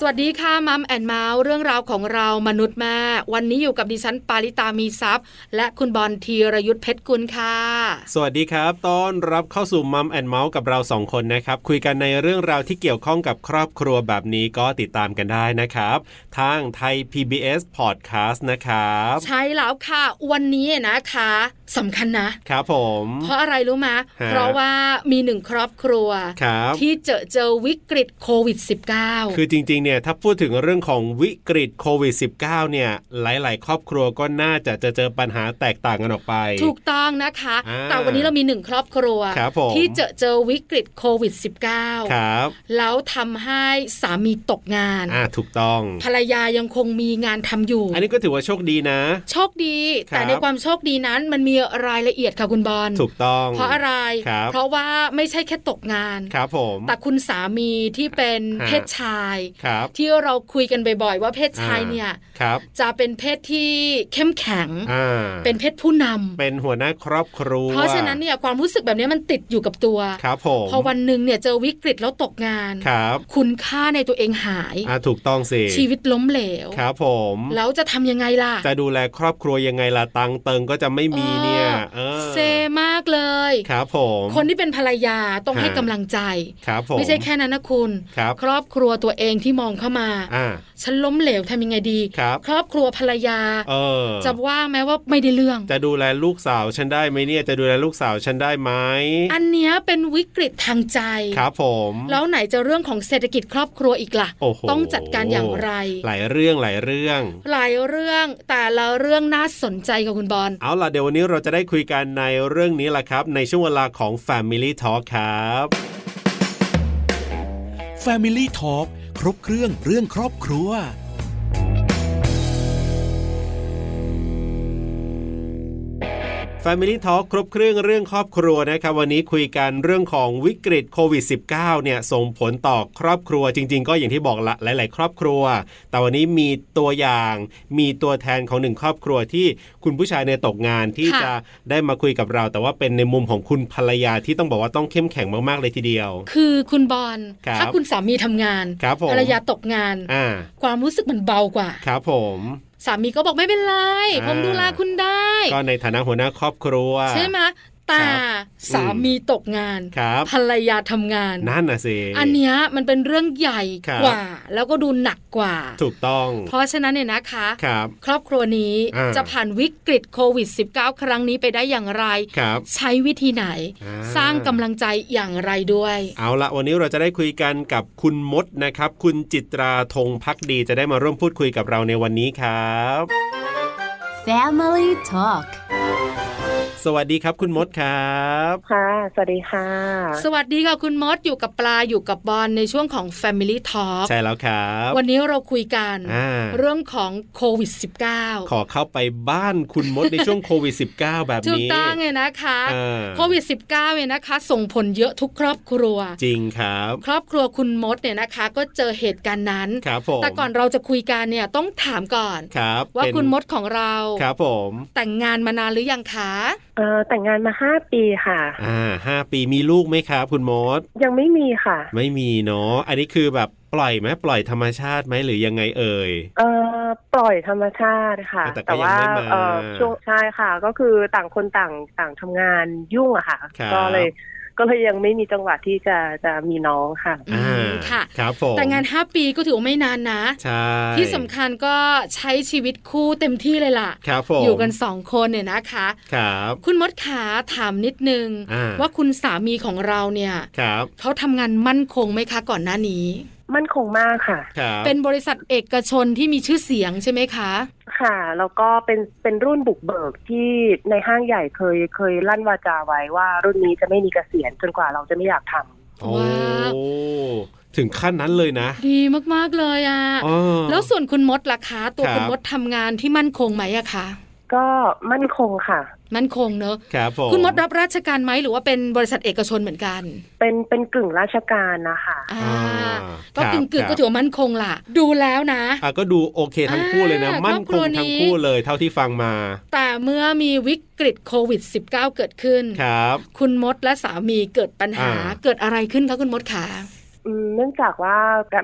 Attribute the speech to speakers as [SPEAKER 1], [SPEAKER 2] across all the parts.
[SPEAKER 1] สวัสดีค่ะมัมแอนเมาส์เรื่องราวของเรามนุษย์แม่ วันนี้อยู่กับดิฉันปาริตามีซัพย์ และคุณบอลธีรยุทธเพชรกุลค่ะ
[SPEAKER 2] สวัสดีครับ ต้อนรับเข้าสู่มัมแอนเมาส์กับเราสองคนนะครับ คุยกันในเรื่องราวที่เกี่ยวข้องกับครอบครัวแบบนี้ก็ติดตามกันได้นะครับ ทางไทย PBS Podcast นะครับ
[SPEAKER 1] ใช่แล้วค่ะ วันนี้นะคะสำคัญนะ
[SPEAKER 2] ครับผม
[SPEAKER 1] เพราะอะไรรู้มะ
[SPEAKER 2] ฮะ
[SPEAKER 1] เพราะว่ามีหนึ่งครอบครัว
[SPEAKER 2] ครับ
[SPEAKER 1] ที่เจอเจอวิกฤตโควิด -19
[SPEAKER 2] คือจริงๆ เนี่ยถ้าพูดถึงเรื่องของวิกฤตโควิด -19 เนี่ย หลายๆ ครอบครัวก็น่าจะจะเจอปัญหาแตกต่างกันออกไป
[SPEAKER 1] ถูกต้องนะคะ
[SPEAKER 2] อ่า
[SPEAKER 1] แต่วันนี้เรามีหนึ่งครอบครัว
[SPEAKER 2] ครับผม
[SPEAKER 1] ที่เจอเจอวิกฤตโควิด
[SPEAKER 2] ค
[SPEAKER 1] -19
[SPEAKER 2] รับ
[SPEAKER 1] แล้วทำให้สามีตกงาน
[SPEAKER 2] อ่าถูกต้อง
[SPEAKER 1] ภรรยายังคงมีงานทำอยู่
[SPEAKER 2] อันนี้ก็ถือว่าโชคดีนะ
[SPEAKER 1] โชคดี
[SPEAKER 2] ครับ
[SPEAKER 1] แต่ในความโชคดีนั้นมันมีรายละเอียดค่ะคุณบอล
[SPEAKER 2] ถูกต้อง
[SPEAKER 1] เพราะอะไร
[SPEAKER 2] ครับ
[SPEAKER 1] เพราะว่าไม่ใช่แค่ตกงาน
[SPEAKER 2] ครับผม
[SPEAKER 1] แต่คุณสามีที่เป็น
[SPEAKER 2] ฮะ
[SPEAKER 1] เพศชาย
[SPEAKER 2] ครับ
[SPEAKER 1] ที่เราคุยกันบ่อยๆว่าเพศชายเนี่ย
[SPEAKER 2] อ่าครับ
[SPEAKER 1] จะเป็นเพศที่เข้มแข็ง
[SPEAKER 2] อ่า
[SPEAKER 1] เป็นเพศผู้นำ
[SPEAKER 2] เป็นหัวหน้าครอบครัว
[SPEAKER 1] เพราะฉะนั้นเนี่ยความรู้สึกแบบเนี้ยมันติดอยู่กับตัว
[SPEAKER 2] ครับผม
[SPEAKER 1] พอวันหนึ่งเนี่ยเจอวิกฤตแล้วตกงาน
[SPEAKER 2] ครับ
[SPEAKER 1] คุณค่าในตัวเองหาย
[SPEAKER 2] อ่าถูกต้องสิ
[SPEAKER 1] ชีวิตล้มเหลว
[SPEAKER 2] ครับผม
[SPEAKER 1] แล้วจะทำยังไงล่ะ
[SPEAKER 2] จะดูแลครอบครัวยังไงล่ะตังเติงก็จะไม่มีเนี่ยเออ
[SPEAKER 1] เซมากเลย
[SPEAKER 2] ครับผม
[SPEAKER 1] คนที่เป็นภรรยาต้อง
[SPEAKER 2] ฮะ
[SPEAKER 1] ให้กำลังใจ
[SPEAKER 2] ครับผม
[SPEAKER 1] ไม่ใช่แค่นั้นนะคุณ
[SPEAKER 2] ครับ
[SPEAKER 1] ครอบครัวตัวเองที่มองเข้ามา
[SPEAKER 2] อ่า
[SPEAKER 1] ฉันล้มเหลวทำยังไงดี
[SPEAKER 2] ครับ
[SPEAKER 1] ครอบครัวภรรยา
[SPEAKER 2] เออ
[SPEAKER 1] จะว่าแม้ว่าไม่ได้เรื่อง
[SPEAKER 2] จะดูแลลูกสาวฉันได้ไหมเนี่ยจะดูแลลูกสาวฉันได้ไหม
[SPEAKER 1] อันเนี้ยเป็นวิกฤตทางใจ
[SPEAKER 2] ครับผม
[SPEAKER 1] แล้วไหนจะเรื่องของเศรษฐกิจครอบครัวอีกล่ะ
[SPEAKER 2] โอ้โห
[SPEAKER 1] ต้องจัดการอย่างไร
[SPEAKER 2] หลายเรื่องหลายเรื่อง
[SPEAKER 1] หลายเรื่องแต่ละเรื่องน่าสนใจกับคุณบอล
[SPEAKER 2] เอาล่ะเดี๋ยววันนี้เราจะได้คุยกันในเรื่องนี้แหละครับ ในช่วงเวลาของ Family Talk ครับ
[SPEAKER 3] Family Talk ครบเครื่องเรื่องครอบครัว
[SPEAKER 2] f a m i l y ่ทอครบเครื่องเรื่องครอบครัวนะครับ วันนี้คุยกันเรื่องของวิกฤตโควิด -19 เนี่ยส่งผลต่อครอบครัวจริง ๆ ก็อย่างที่บอกละหลาย ๆ ครอบครัว แต่วันนี้มีตัวอย่าง มีตัวแทนของหนึ่งครอบครัวที่คุณผู้ชายในยตกงานที่
[SPEAKER 1] ค่ะ
[SPEAKER 2] จะได้มาคุยกับเรา แต่ว่าเป็นในมุมของคุณภรรยาที่ต้องบอกว่าต้องเข้มแข็งมากๆเลยทีเดียว
[SPEAKER 1] คือคุณบอล
[SPEAKER 2] ครับ
[SPEAKER 1] ถ้าคุณสามีทำงาน
[SPEAKER 2] ครับผม
[SPEAKER 1] ภรรยาตกงาน
[SPEAKER 2] อ่า
[SPEAKER 1] ความรู้สึกมันเบากว่า
[SPEAKER 2] ครับผม
[SPEAKER 1] สามีก็บอกไม่เป็นไร
[SPEAKER 2] อ่า
[SPEAKER 1] ผมดูแลคุณได้
[SPEAKER 2] ก็ในฐานะหัวหน้าครอบครัว
[SPEAKER 1] ใช่ไหมแต่สามีตกงาน
[SPEAKER 2] ครับ
[SPEAKER 1] ภรรยาทำงาน
[SPEAKER 2] นั่นน่ะสิ
[SPEAKER 1] อันเนี้ยมันเป็นเรื่องใหญ่
[SPEAKER 2] ครับ
[SPEAKER 1] กว่า แล้วก็ดูหนักกว่า
[SPEAKER 2] ถูกต้อง
[SPEAKER 1] เพราะฉะนั้นเนี่ยนะคะ
[SPEAKER 2] ครับ
[SPEAKER 1] ครอบครัวนี้
[SPEAKER 2] อ่า
[SPEAKER 1] จะผ่านวิกฤตโควิด -19 ครั้งนี้ไปได้อย่างไร
[SPEAKER 2] ครับ
[SPEAKER 1] ใช้วิธีไหน
[SPEAKER 2] อ่า
[SPEAKER 1] สร้างกำลังใจอย่างไรด้วย
[SPEAKER 2] เอาละวันนี้เราจะได้คุยกันกับคุณมดนะครับ คุณจิตราธงพักดีจะได้มาร่วมพูดคุยกับเราในวันนี้ครับ
[SPEAKER 4] Family Talk
[SPEAKER 2] สวัสดีครับคุณมดครับ
[SPEAKER 5] ค่ะ สวัสดีค่ะ
[SPEAKER 1] สวัสดีค่ะคุณมดอยู่กับปลาอยู่กับบอลในช่วงของ Family Talk
[SPEAKER 2] ใช่แล้วครับ
[SPEAKER 1] วันนี้เราคุยกัน
[SPEAKER 2] อ่า
[SPEAKER 1] เรื่องของโควิด
[SPEAKER 2] ขอเข้าไปบ้านคุณมดใน ช่วงโควิด -19 แบบ
[SPEAKER 1] 19ถูก
[SPEAKER 2] นี้
[SPEAKER 1] ต้องเลยนะคะ
[SPEAKER 2] อ่า
[SPEAKER 1] โควิด -19 เนี่ยนะคะ ส่งผลเยอะทุกครอบครัว
[SPEAKER 2] จริงครับ
[SPEAKER 1] ครอบครัวคุณมดเนี่ยนะคะ ก็เจอเหตุการณ์นั้น
[SPEAKER 2] ครับผม
[SPEAKER 1] แต่ก่อนเราจะคุยกันเนี่ยต้องถามก่อน
[SPEAKER 2] ครับ
[SPEAKER 1] ว่า
[SPEAKER 2] เป็น
[SPEAKER 1] คุณมดของเรา
[SPEAKER 2] ครับผม
[SPEAKER 1] แต่งงานมานานหรือยังคะ
[SPEAKER 5] เอ่อแต่งงานมาห้าปีค่ะ
[SPEAKER 2] อ่าห้าปีมีลูกไหมครับ คุณมด
[SPEAKER 5] ยังไม่มีค่ะ
[SPEAKER 2] ไม่มีเนาะอันนี้คือแบบปล่อยไหมปล่อยธรรมชาติไหมหรือยังไงเอ่ย
[SPEAKER 5] เอ่อปล่อยธรรมชาติค่ะ
[SPEAKER 2] แต่ก็ยังไม่มา
[SPEAKER 5] เอ่อช่วงใช่ค่ะ ก็คือต่างคนต่างต่างทำงานยุ่งอะค่ะ
[SPEAKER 2] ครับ
[SPEAKER 5] ก็เลยก็เลยยังไม่มีจังหวะที่จะจะมีน้องค่ะ
[SPEAKER 1] อืมค่ะ
[SPEAKER 2] ครับผม
[SPEAKER 1] แต่งงาน 5 ปีก็ถือว่าไม่นานนะ
[SPEAKER 2] ใช่
[SPEAKER 1] ที่สำคัญก็ใช้ชีวิตคู่เต็มที่เลยล่ะ
[SPEAKER 2] ครับผม
[SPEAKER 1] อยู่กันสองคนเนี่ยนะคะ
[SPEAKER 2] ครับ
[SPEAKER 1] คุณมดขาถามนิดนึง
[SPEAKER 2] อ่า
[SPEAKER 1] ว่าคุณสามีของเราเนี่ย
[SPEAKER 2] ครับ
[SPEAKER 1] เขาทำงานมั่นคงไหมคะก่อนหน้านี้
[SPEAKER 5] มั่นคงมากค่ะ
[SPEAKER 2] ครับ
[SPEAKER 1] เป็นบริษัทเอกชนที่มีชื่อเสียงใช่ไหมคะ
[SPEAKER 5] ค่ะ แล้วก็เป็นเป็นรุ่นบุกเบิกที่ในห้างใหญ่เคยเคยลั่นวาจาไว้ว่ารุ่นนี้จะไม่มีเกษียณจนกว่าเราจะไม่อยากทำ
[SPEAKER 2] โอ้
[SPEAKER 1] ว้าว
[SPEAKER 2] ถึงขั้นนั้นเลยนะ
[SPEAKER 1] ดีมากๆเลยอ่ะ
[SPEAKER 2] อ้อ
[SPEAKER 1] แล้วส่วนคุณมดล่ะคะ ตัว
[SPEAKER 2] ครับ
[SPEAKER 1] คุณมดทำงานที่มั่นคงไหมอะคะ
[SPEAKER 5] ก็มั่นคงค่ะ
[SPEAKER 1] มั่นคงเนอะ
[SPEAKER 2] ครับผม
[SPEAKER 1] คุณมดรับราชการไหมหรือว่าเป็นบริษัทเอกชนเหมือนกัน
[SPEAKER 5] เป็นเป็นกึ่งราชการนะคะ
[SPEAKER 1] อ่า
[SPEAKER 2] อ่า
[SPEAKER 1] ก็
[SPEAKER 2] ครับ
[SPEAKER 1] กึ่งกึ่ง
[SPEAKER 2] ค
[SPEAKER 1] ก็
[SPEAKER 2] รับ
[SPEAKER 1] ถือว่ามั่นคงล่ะ ดูแล้วนะ
[SPEAKER 2] อ่ะก็ดูโอเคทั้งคู่เลยนะ
[SPEAKER 1] อ่า
[SPEAKER 2] มั่
[SPEAKER 1] คร
[SPEAKER 2] นค
[SPEAKER 1] อบครั
[SPEAKER 2] ง
[SPEAKER 1] วนี้
[SPEAKER 2] ทั้งคู่เลยเท่าที่ฟังมา
[SPEAKER 1] แต่เมื่อมีวิกฤตโควิด -19 เกิดขึ้น
[SPEAKER 2] ครับ
[SPEAKER 1] คุณมดและสามีเกิดปัญหา
[SPEAKER 2] อ่า
[SPEAKER 1] เกิดอะไรขึ้นคะคุณมดขา
[SPEAKER 5] อืมเนื่องจากว่า